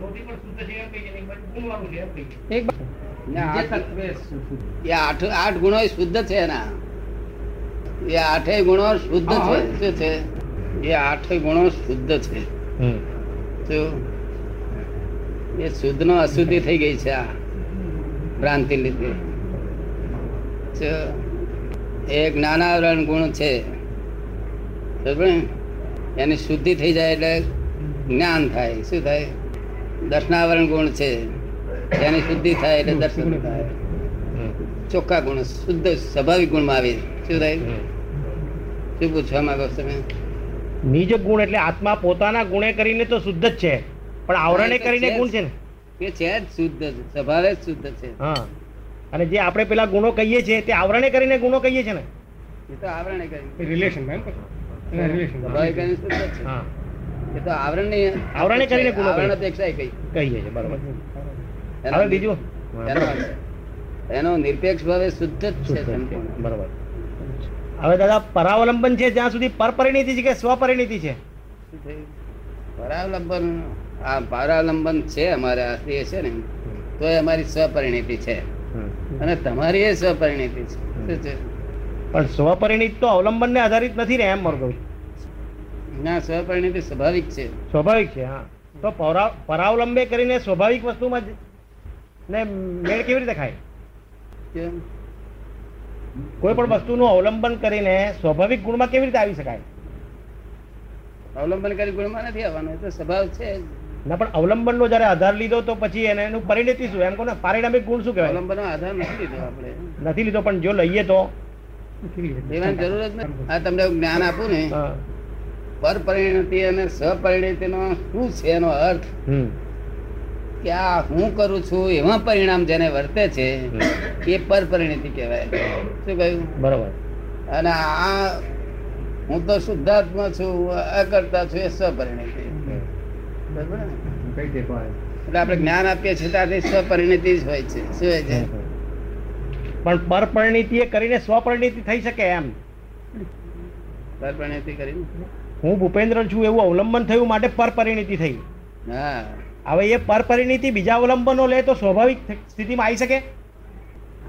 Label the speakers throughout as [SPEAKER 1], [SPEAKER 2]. [SPEAKER 1] મોતી પણ શુદ્ધ છે એમ કહીએ ને, એક બાજુ ગુણવાળું છે એમ કહીએ.
[SPEAKER 2] એક
[SPEAKER 3] ને
[SPEAKER 2] બીજે
[SPEAKER 3] આઠ-
[SPEAKER 2] તત્વે શુદ્ધ.
[SPEAKER 3] એ આઠ આઠ ગુણો એ શુદ્ધ છે એના એ આઠેય ગુણો શુદ્ધ છે
[SPEAKER 2] હા.
[SPEAKER 3] શું છે એ આઠેય ગુણો શુદ્ધ છે શું? એ શુદ્ધ નો અશુદ્ધિ થઈ ગઈ છે આ ભ્રાંતિ લીધે શું? એ જ્ઞાનાવરણ ગુણ છે સમજ્યો ને? એની શુદ્ધિ થઈ જાય એટલે જ્ઞાન થાય શું થાય દર્શનાવરણ ગુણ છે એની શુદ્ધિ થાય એટલે દર્શન થાય ચોખ્ખા ગુણ શુદ્ધ સ્વાભાવિક ગુણમાં આવે શું થાય શું પૂછવા માંગો છો તમે
[SPEAKER 4] નિજ ગુણ એટલે આત્મા પોતાના ગુણે કરીને તો શુદ્ધ જ છે પણ આવરણે
[SPEAKER 3] એ તો છે
[SPEAKER 4] કરીને
[SPEAKER 3] જ.
[SPEAKER 4] ગુણ છે ને
[SPEAKER 3] કે છે જ શુદ્ધ છે, સ્વભાવે જ શુદ્ધ છે
[SPEAKER 4] હા અને જે આપણે પેલા ગુણો કહીએ છીએ તે આવરણે કરીને ગુણો કહીએ છીએ ને
[SPEAKER 3] એ તો આવરણે કર્યું
[SPEAKER 2] એ relation માં એમ કહો. એના relation માં.
[SPEAKER 3] સ્વભાવે કર્યું શુદ્ધ જ
[SPEAKER 4] હા
[SPEAKER 3] છે એ તો આવરણની
[SPEAKER 4] આવરણે કરીને ગુનો કર્યો.
[SPEAKER 3] આવરણ અપેક્ષાએ કહી.
[SPEAKER 4] કહીએ છીએ બરાબર
[SPEAKER 3] એનો
[SPEAKER 4] હવે બીજું
[SPEAKER 3] એનો એનો નિરપેક્ષ ભાવે શુદ્ધ જ છે
[SPEAKER 4] શુદ્ધ છે.
[SPEAKER 3] સંપૂર્ણ.
[SPEAKER 4] બરાબર હવે દાદા પરાવલંબન છે જ્યાં સુધી પરપરિણીતિ છે કે સ્વપરિણીતિ છે
[SPEAKER 3] શું થયું? પરાવલંબન આ પરાવલંબન છે અમારે આ સ્ત્રી છે ને તો એ અમારી સ્વપરિણીતિ છે અને તમારી એ સ્વપરિણીતિ છે શું છે
[SPEAKER 4] પણ સ્વપરિણીત તો અવલંબનને આધારિત નથી ને એમ મારું કહું છું.
[SPEAKER 3] ના સ્વપરિણીતિ સ્વાભાવિક છે
[SPEAKER 4] સ્વાભાવિક છે હા તો પરા- પરાવલંબે કરીને સ્વાભાવિક વસ્તુમાં જ ને મેળ કેવી રીતે ખાય
[SPEAKER 3] કેમ?
[SPEAKER 4] કોઈ પણ વસ્તુનું અવલંબન કરીને સ્વાભાવિક ગુણમાં કેવી રીતે આવી શકાય
[SPEAKER 3] અવલંબન કરી ગુણમાં નથી આવવાનું એ તો સ્વભાવ છે જ.
[SPEAKER 4] ના પણ અવલંબનનો જ્યારે આધાર લીધો તો પછી એને એનું પરિણતિ શું એમ કહો ને પારિણામિક ગુણ શું કહેવાય
[SPEAKER 3] અવલંબનનો આધાર નથી લીધો આપણે
[SPEAKER 4] નથી લીધો પણ જો લઈએ તો
[SPEAKER 3] દેવાની જરૂર જ નથી આ તમને હું જ્ઞાન આપું ને
[SPEAKER 4] હા.
[SPEAKER 3] પરપરિણતિ અને સપરિણતિનો શું છે એનો અર્થ
[SPEAKER 4] હમ.
[SPEAKER 3] કે આ હું કરું છું એમાં પરિણામ જેને વર્તે છે એ પરપરિણતિ કહેવાય શું કહ્યું
[SPEAKER 4] બરાબર
[SPEAKER 3] અને આ હું તો શુદ્ધાત્મા છું અકર્તા છું એ સપરિણતિ બરાબર ને? એટલે આપણે જ્ઞાન આપીએ છીએ ત્યાંથી સપરિણતિ જ હોય છે શું હોય છે
[SPEAKER 4] પણ પરપરિણીતિ એ કરીને સ્વપરિણીતિ થઈ શકે એમ
[SPEAKER 3] પરપરિણતિ કરીને
[SPEAKER 4] હું ભૂપેન્દ્ર છું એવું અવલંબન થયું માટે પરપરિણીતિ થઈ
[SPEAKER 3] હા
[SPEAKER 4] હવે એ પરપરિણીતિ બીજા અવલંબનો લે તો સ્વાભાવિક થ- સ્થિતિમાં આવી શકે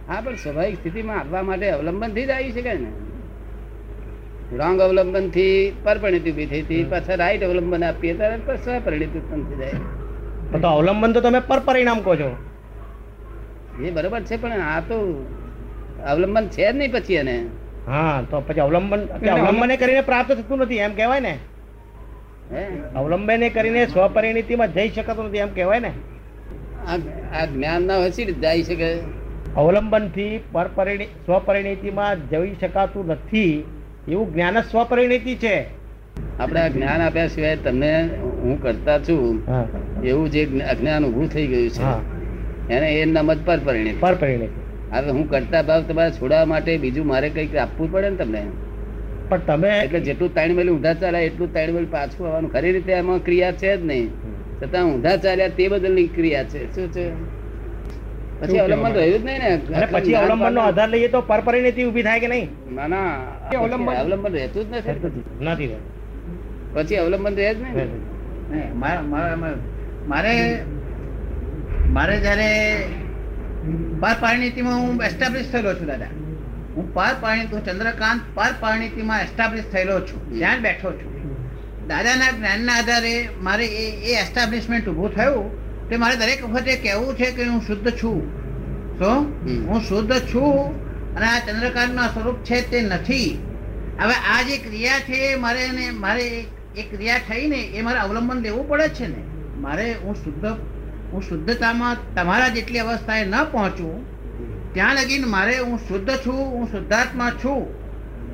[SPEAKER 3] હા પણ સ્વાભાવિક સ્થિતિમાં આવવા માટે અવલંબનથી જ આવી શકાય ને રોંગ અવલંબનથી પરપરિણિત ઊભી થઈ હતી પાછા રાઈટ અવલંબન આપીએ ત્યારે પાછા પરિણિત ઉત્પન્ન થઈ જાય
[SPEAKER 4] પણ તો અવલંબન તો તમે પરપરિણામ કહો છો
[SPEAKER 3] એ બરોબર છે પણ આ તો અવલંબન છે જ નહીં પછી એને
[SPEAKER 4] હા તો પછી અવલંબન કે
[SPEAKER 2] એટલે
[SPEAKER 4] અવલંબને કરીને પ્રાપ્ત થતું નથી એમ કહેવાય ને
[SPEAKER 3] હે
[SPEAKER 4] અવલંબને કરીને સ્વપરિણીતિમાં જઈ શકાતું નથી એમ કહેવાય ને
[SPEAKER 3] આ આ જ્ઞાન ના હોય સી રીતે જાય શકે
[SPEAKER 4] અવલંબનથી પરપરિણી સ્વપરિણીતિમાં જઈ શકાતું નથી એવું જ્ઞાન જ સ્વપરિણીતિ છે
[SPEAKER 3] આપણે આ જ્ઞાન આપ્યા સિવાય તમને હું કરતા છું
[SPEAKER 4] હા
[SPEAKER 3] એવું જે જ્ઞ- અજ્ઞાન ઊભું થઈ ગયું
[SPEAKER 4] હા
[SPEAKER 3] છે એને એ નામ જ પરપરિણિત
[SPEAKER 4] પરપરિણીતિ
[SPEAKER 3] હવે હું કરતા ભાવ તમારે છોડાવવા માટે બીજું મારે કંઈક આપવું પડે ને તમને
[SPEAKER 4] પણ તમે
[SPEAKER 3] એટલે જેટલું ત્રણ મેલી ઊંધા ચાલ્યા એટલું ત્રણ મેલી પાછું આવવાનું ખરી રીતે એમાં ક્રિયા છે જ નહીં છતાં ઊંધા ચાલ્યા તે બદલની ક્રિયા છે શું છે પછી અવલંબન રહ્યું જ નહીં ને
[SPEAKER 4] અને પછી અવલંબનનો આધાર લઈએ તો પરપરિણીતિ ઊભી થાય કે નહીં
[SPEAKER 3] ના ના
[SPEAKER 2] કે અવલંબન-
[SPEAKER 3] પછી અવલંબન રહેતું જ નથી
[SPEAKER 4] નથી
[SPEAKER 3] પછી અવલંબન રહે જ નહીં
[SPEAKER 4] રહેતું.
[SPEAKER 5] નહીં, મારા- મારા- મારા- મારે મારે જ્યારે પાર પારણીતીમાં હું એસ્ટાબ્લિશ થયેલો છું દાદા હું પાર પારણી હું ચંદ્રકાંત પાર પારણીતીમાં એસ્ટાબ્લિશ થયેલો છું ત્યાં જ બેઠો છું દાદાના જ્ઞાનના આધારે મારે એ એ એસ્ટાબ્લિશમેન્ટ ઊભું થયું તે મારે દરેક વખતે કહેવું છે કે હું શુદ્ધ છું તો
[SPEAKER 3] હમ.
[SPEAKER 5] હું શુદ્ધ છું અને આ ચંદ્રકાંતના સ્વરૂપ છે તે નથી હવે આ જે ક્રિયા છે એ મારે એને મારે એ- એ ક્રિયા થઈ ને એ મારે અવલંબન લેવું પડે છે ને મારે હું શુદ્ધ હું શુદ્ધતામાં તમારા જેટલી અવસ્થાએ ન પહોંચું ત્યાં લગીને મારે હું શુદ્ધ છું હું શુદ્ધાત્મા છું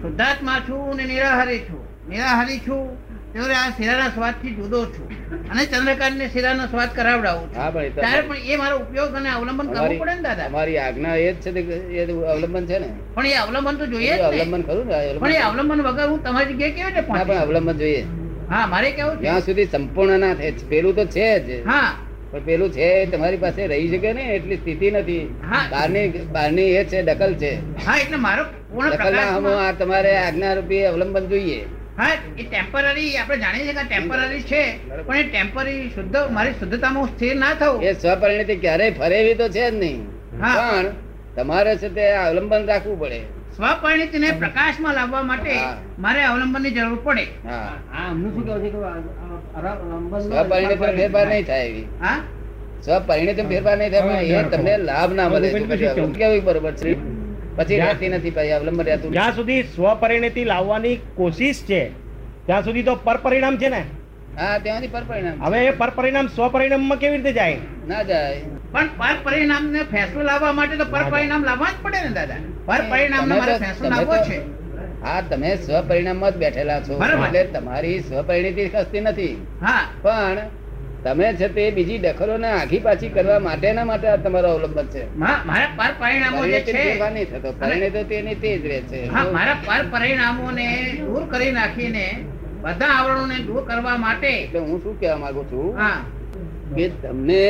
[SPEAKER 5] શુદ્ધાત્મા છું ને નિરાહારી છું નિરાહારી છું ત્યારે આ શિરાના સ્વાદથી જુદો છું અને ચંદ્રકાંતને શિરાનો સ્વાદ કરાવડાવું
[SPEAKER 3] હા, પણ એ
[SPEAKER 5] છું
[SPEAKER 3] તો-
[SPEAKER 5] ત્યારે પણ એ મારો ઉપયોગ અને અવલંબન કરવું
[SPEAKER 3] અમારી
[SPEAKER 5] પડે ને દાદા
[SPEAKER 3] અમારી આજ્ઞા એ જ છે તે- એ તો અવલંબન છે ને
[SPEAKER 5] પણ એ અવલંબન તો જોઈએ
[SPEAKER 3] એ
[SPEAKER 5] જ ને
[SPEAKER 3] અવલંબન ખરું ને આ
[SPEAKER 5] પણ એ
[SPEAKER 3] અવલંબન
[SPEAKER 5] અવલંબન વગર હું તમારી જગ્યાએ કેવી રીતે
[SPEAKER 3] ના, પણ
[SPEAKER 5] પહોંચી
[SPEAKER 3] અવલંબન જોઈએ
[SPEAKER 5] શકું? હા મારે કેવું છે
[SPEAKER 3] જ્યાં સુધી સંપૂર્ણ ના થાય પેલું તો છે જ
[SPEAKER 5] હા
[SPEAKER 3] પણ પેલું છે એ તમારી પાસે રહી શકે ને એટલી સ્થિતિ નથી
[SPEAKER 5] હા.
[SPEAKER 3] બહારની બહારની એ છે દખલ છે
[SPEAKER 5] હા એટલે મારો પૂર્ણ
[SPEAKER 3] દખલના હમો
[SPEAKER 5] પ્રકાશમાં
[SPEAKER 3] આ તમારે આજ્ઞારૂપી અવલંબન જોઈએ
[SPEAKER 5] હા એ ટેમ્પરરી આપણે જાણીએ છીએ કે ટેમ્પરરી છે પણ એ ટેમ્પરરી શુદ્ધ મારી શુદ્ધતામાં હું સ્થિર ના થવું
[SPEAKER 3] એ સ્વપરિણીતિ ક્યારેય ફરેવી તો છે જ નહીં
[SPEAKER 5] હા.
[SPEAKER 3] પણ તમારે છે તે અવલંબન રાખવું પડે
[SPEAKER 5] સ્વપરિણિતિને પ્રકાશમાં લાવવા માટે
[SPEAKER 3] હા.
[SPEAKER 5] મારે અવલંબનની જરૂર પડે
[SPEAKER 3] હા
[SPEAKER 6] આમનું શું કહેવું છે કે આ- આ- આ લંબનનો
[SPEAKER 3] સ્વપરિણીતિ ફેરફાર નહીં થાય એવી
[SPEAKER 5] હા
[SPEAKER 3] સ્વપરિણીતિ ફેરફાર નહીં થાય પણ એ તમને લાભ ના મળે
[SPEAKER 2] ભગવાન પછી કેવું?
[SPEAKER 3] કેવું બરોબર છે પછી રહેતી નથી પછી અવલંબન રહેતું નથી.
[SPEAKER 4] જ્યાં સુધી સ્વપરિણતિ લાવવાની કોશિશ છે ત્યાં સુધી તો પરપરિણામ છે ને
[SPEAKER 3] હા ત્યાંથી પરપરિણામ છે.
[SPEAKER 4] હવે એ પરપરિણામ સ્વપરિણામમાં કેવી રીતે જાય
[SPEAKER 3] ના જાય
[SPEAKER 5] પણ પર પરિણામને ફેંસલો લાવવા માટે તો પર પરિણામ લાવવા જ પડે ને દાદા પર પરિણામને
[SPEAKER 3] તમે
[SPEAKER 5] મારે
[SPEAKER 3] તો-
[SPEAKER 5] ફેંસલો
[SPEAKER 3] તમે
[SPEAKER 5] લાવવો
[SPEAKER 3] તો-
[SPEAKER 5] છે
[SPEAKER 3] હા તમે સ્વપરિણામમાં જ બેઠેલા છો
[SPEAKER 5] બરાબર.
[SPEAKER 3] એટલે તમારી સ્વપરિણીતિ ખસતી નથી
[SPEAKER 5] હા
[SPEAKER 3] પણ તમે છે તે બીજી ડખલોને આખી પાછી કરવા માટેના માટે આ તમારો અવલંબન છે
[SPEAKER 5] મા- મારા પર પરિણામો જે
[SPEAKER 3] પરિણીતિ
[SPEAKER 5] છે
[SPEAKER 3] ફેરફાર નહીં થતો પરિણીતિ તો તેની તે જ રહે છે
[SPEAKER 5] હા મારા પર પરિણામોને દૂર કરી નાખીને બધા આવરણોને દૂર કરવા માટે
[SPEAKER 3] એટલે હું શું કહેવા માંગુ છું
[SPEAKER 5] હા
[SPEAKER 3] કે તમને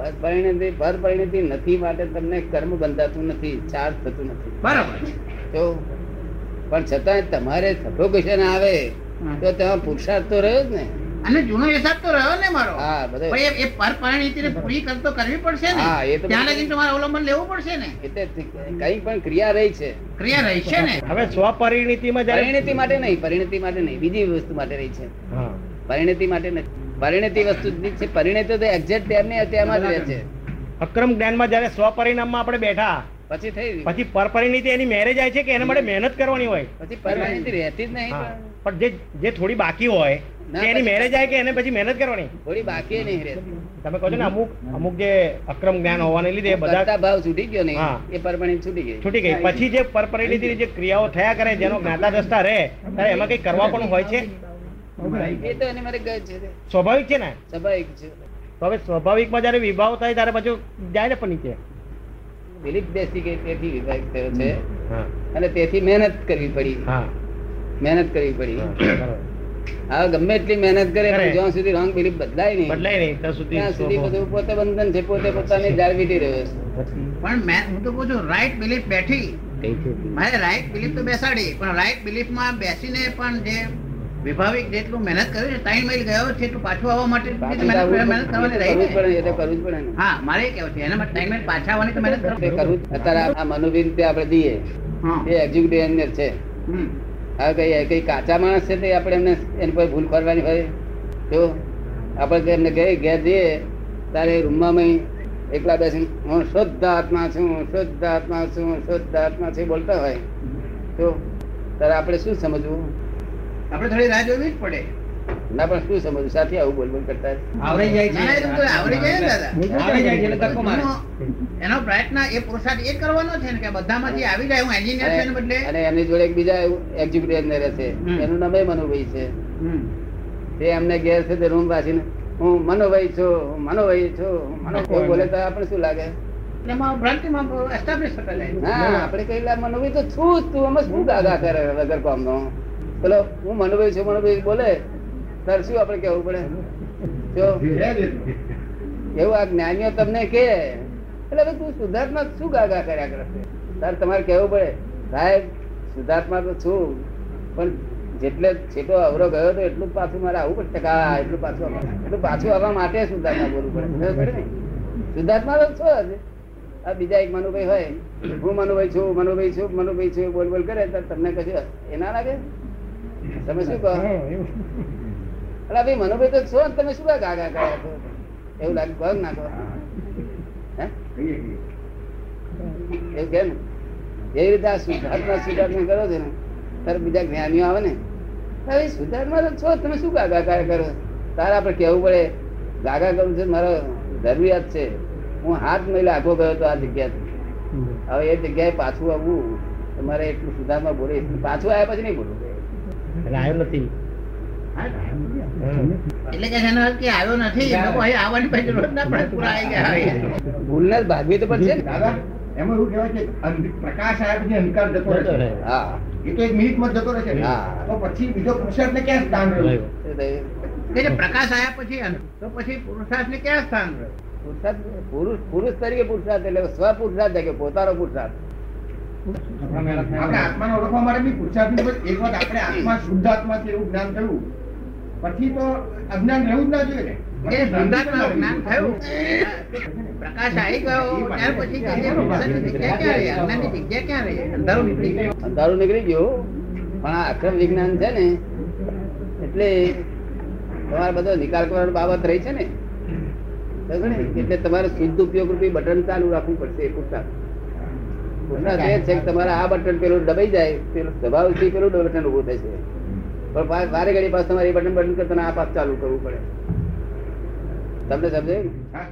[SPEAKER 3] પરપરિણીતિ પરપરિણીતિ નથી માટે તમને કર્મ બંધાતું નથી ચાર્જ થતું નથી
[SPEAKER 5] બરાબર છે.
[SPEAKER 3] તો પણ છતાં તમારે સફોકેશન આવે
[SPEAKER 5] હા.
[SPEAKER 3] તો તેમાં પુરુષાર્થ તો રહ્યો જ ને
[SPEAKER 5] અને જૂનો હિસાબ તો રહ્યો ને મારો
[SPEAKER 3] હા, બધો.
[SPEAKER 5] પણ એ- એ પર પરિણીતિને પૂરી કરતો કરવી પડશે ને
[SPEAKER 3] હા, એ તો
[SPEAKER 5] ત્યાં
[SPEAKER 3] બધું.
[SPEAKER 5] લગી તમારે અવલંબન લેવું પડશે ને
[SPEAKER 3] એટલે કઈ પણ ક્રિયા રહી છે
[SPEAKER 5] ક્રિયા રહી છે ને
[SPEAKER 4] હવે સ્વપરિણતિમાં જ્યારે
[SPEAKER 3] પરિણતિ માટે નહીં પરિણતિ માટે નહીં બીજી વસ્તુ માટે રહી છે
[SPEAKER 4] હા.
[SPEAKER 3] પરિણતિ માટે નથી પરિણતિ વસ્તુ જ છે પરિણતિ તો એક્ઝેક્ટ ત્યારની તેમાં જ રહે છે
[SPEAKER 4] અક્રમ જ્ઞાનમાં જ્યારે સ્વપરિણામમાં આપણે બેઠા
[SPEAKER 3] પછી થઈ ગયું.
[SPEAKER 4] પછી પરપરિણીતિ એની મેરેજ જાય છે કે એના માટે મહેનત કરવાની હોય
[SPEAKER 3] પછી પરમાનન્ટ રહેતી જ નહીં
[SPEAKER 4] હા.
[SPEAKER 3] પણ.
[SPEAKER 4] પણ જે જે થોડી બાકી હોય
[SPEAKER 3] ના,
[SPEAKER 4] કે એની
[SPEAKER 3] પછી-
[SPEAKER 4] મેરેજ જાય કે એને પછી મહેનત કરવાની
[SPEAKER 3] થોડી બાકી નહીં રહેતી
[SPEAKER 4] તમે કહો છો ને અમુક અમુક જે અક્રમ જ્ઞાન હોવાને લીધે બધા
[SPEAKER 3] કરતા ભાવ છૂટી ગયો નહીં
[SPEAKER 4] હા.
[SPEAKER 3] એ પરમાનન્ટ છૂટી ગઈ
[SPEAKER 4] છૂટી ગઈ પછી જે પરપરિણીતિની જે ક્રિયાઓ થયા કરે જેનો જ્ઞાતા દ્રષ્ટા રહે ત્યારે એમાં કંઈ કરવા પણ હોય છે
[SPEAKER 3] એ તો એને મારે ગઈ છે તે.
[SPEAKER 4] સ્વાભાવિક છે ને
[SPEAKER 3] સ્વાભાવિક છે
[SPEAKER 4] તો હવે સ્વાભાવિકમાં જ્યારે વિભાવ થાય ત્યારે પછી જાય ને પણ નીચે
[SPEAKER 3] બિલીફ બેસી ગઈ તેથી વિભાગ થયો છે
[SPEAKER 4] હા
[SPEAKER 3] અને તેથી મહેનત કરવી પડી
[SPEAKER 4] હા
[SPEAKER 3] મહેનત કરવી પડી
[SPEAKER 4] બરાબર.
[SPEAKER 3] હવે ગમે એટલી મહેનત કરે
[SPEAKER 4] કરે.
[SPEAKER 3] પણ જ્યાં સુધી રોંગ બિલીફ બદલાય નહીં
[SPEAKER 4] બદલાય નહીં ત્યાં સુધી
[SPEAKER 3] ત્યાં સુધી બધું પોતે બંધન છે પોતે પોતાને જાળવીટી રહ્યો છે
[SPEAKER 5] પણ મેં હું તો કહું છું રાઈટ બિલીફ બેઠી મારે રાઈટ બિલીફ તો બેસાડી પણ રાઈટ બિલીફમાં બેસીને પણ જે વિભાવિક જેટલું મહેનત કર્યું છે ત્રણ માઇલ ગયો છે એટલું પાછું આવવા માટે એટલી
[SPEAKER 3] પાછું
[SPEAKER 5] જ
[SPEAKER 3] આવવું
[SPEAKER 5] મહેનત મહેનત કરવાની
[SPEAKER 3] પડે,
[SPEAKER 5] રહી
[SPEAKER 3] કરવું જ
[SPEAKER 5] ને
[SPEAKER 3] પડે, એ તો કરવું જ પડે ને.
[SPEAKER 5] હા મારે કેવું છે એના માટે ત્રણ માઇલ પાછા આવવાની તો મહેનત કરો
[SPEAKER 3] તે કરવું જ- અત્યારે આ- આ મનોવીર તે આપણે જઈએ એ executive engineer છે હવે કઈ કઈ કાચા માણસ છે તે આપણે એમને એની પર ભૂલ કરવાની હોય તો આપણે એમને કહે ઘેર જઈએ તારે રૂમમાં મેં એકલા બેસીને હું શુદ્ધ આત્મા છું હું શુદ્ધ આત્મા છું હું શુદ્ધ આત્મા છું બોલતા હોય તો તારે આપણે શું સમજવું
[SPEAKER 5] આપણે થોડી રાહ જોવી જ પડે
[SPEAKER 3] ના પણ શું સમજવું સાથે આવું બોલ બોલ કરતા
[SPEAKER 6] આવડી જાય છે
[SPEAKER 5] ના, ના, એ તો બધું આવડી જાય ને દાદા
[SPEAKER 6] આવડી જાય છે એટલે ધક્કો મારે.
[SPEAKER 5] એનો- એનો પ્રયત્ન એ પુરુષાર્થ એ જ કરવાનો છે ને કે બધામાંથી આવી જાય હું એન્જિનિયર છે ને
[SPEAKER 3] અને
[SPEAKER 5] બદલે
[SPEAKER 3] અને એમની જોડે એક બીજા એક્ઝિક્યુટિવ એન્જિનિયર છે
[SPEAKER 5] હમ.
[SPEAKER 3] એનું નામ એ મનુભાઈ છે
[SPEAKER 5] હમ.
[SPEAKER 3] તે એમને ઘેર છે તે રૂમ પાસીને હું મનોભાઈ છું હું મનોભાઈ છું હું મનો-" એવું બોલે તો આપણે શું લાગે
[SPEAKER 5] એટલે એમાં ભ્રાંતિમાં establish થતા જાય છે.
[SPEAKER 3] ના આપણે કહેલા મનોભાઈ તો છું જ તું આમાં શું ગાગા કરે વગર કોમનો બોલો હું મનોભાઈ છું મનોભાઈ બોલે તારે શું આપણે કહેવું પડે જો એવું આ જ્ઞાનીઓ તમને કે એટલે હવે તું શુદ્ધાત્મા શું ગાગા કર્યા કરે છે? તારે તમારે કહેવું પડે સાહેબ શુદ્ધાત્મા તો છું પણ જેટલે છેટો અવરો ગયો તો એટલું જ પાછું મારે આવવું પડશે કા એટલું પાછું આવવું. એટલું પાછું આવવા માટે શુદ્ધાત્મા બોલવું પડે ખબર પડે ને શુદ્ધાત્મા તો છો જ આ બીજા એક મનુભાઈ હોય હું મનુભાઈ છું મનુભાઈ છું મનુભાઈ છું બોલ બોલ કરે તો તમને કશું એ ના લાગે તમે શું કહો અલા ભાઈ મનુભાઈ તો છો ને, તમે શું કાંઈ ગાગા કર્યા છો એવું લાગે ભાગ નાખો હે એવું કે ને એવી રીતે આ શુદ્ધાત્મા શુદ્ધાત્મા કરો છો ને તારે બીજા જ્ઞાનીઓ આવે ને તારે શુદ્ધાત્મા તો છો જ, તમે શું ગાગા કાર્ય કરો છો? તારે આપણે કહેવું પડે ગાગા કરું છું મારો જરૂરિયાત છે હું હાથ મહિલા આખો ગયો તો આ જગ્યાથી હવે એ જગ્યાએ પાછું આવવું તમારે એટલું સુધારમાં બોલે એટલું પાછું આવ્યા પછી નહીં બોલવું
[SPEAKER 4] એટલે આવ્યો નથી હમ.
[SPEAKER 5] એટલે કે એનો અર્થ કે આવ્યો નથી લોકો અહીં આવવાની પણ જરૂર ના પડે પૂરા આવી ગયા હવે.
[SPEAKER 3] ભૂલને જ ભાગવી તો પડશે ને
[SPEAKER 6] દાદા એમાં એવું કહેવાય કે અંધ- પ્રકાશ આવ્યા પછી અંધકાર જતો રહે છે.
[SPEAKER 3] હા
[SPEAKER 6] એ તો એક મિનિટમાં જતો રહે છે
[SPEAKER 3] હા.
[SPEAKER 6] તો પછી બીજો પુરુષાર્થને ક્યાં સ્થાન રહ્યું?
[SPEAKER 3] એ તો-
[SPEAKER 5] કે જે પ્રકાશ આવ્યા પછી અંધ- તો પછી પુરુષાર્થને ક્યાં સ્થાન રહ્યું
[SPEAKER 3] પુરુષાર્થ- પુરુષ પુરુષ તરીકે પુરુષાર્થ એટલે સ્વ પુરુષાર્થ એટલે કે પોતાનો પુરુષાર્થ
[SPEAKER 6] આપણે આત્માને ઓળખવા માટે બી પુરુષાર્થની ઉપર એક વાત આપણે આત્મા શુદ્ધ આત્મા છે એવું જ્ઞાન થયું પછી તો અજ્ઞાન રહેવું જ ના જોઈએ ને.
[SPEAKER 5] એ વૃંદાવનમાં જ્ઞાન થયું પ્રકાશ આવી ગયો ત્યાર પછી કે જે વૃક્ષની જગ્યા ક્યાં રહી અજ્ઞાનની જગ્યા ક્યાં રહી અંધારું નીકળી ગયું
[SPEAKER 3] અંધારું નીકળી ગયું પણ આ આક્રમ વિજ્ઞાન છે ને એટલે તમારે બધો નિકાલ કરવાની બાબત રહી છે ને સમજો ને? એટલે તમારે શુદ્ધ ઉપયોગ રૂપી બટન ચાલુ રાખવું પડશે કુર્તા કુર્તા એ છે કે તમારે આ બટન પેલું દબાઈ જાય પેલું દબાવથી પેલું બટન ઊભું થશે પણ વા- વારે ઘડી પાસ તમારે એ બટન બટન કરતા આ પાસ ચાલુ કરવું પડે તમને સમજાય
[SPEAKER 6] હા.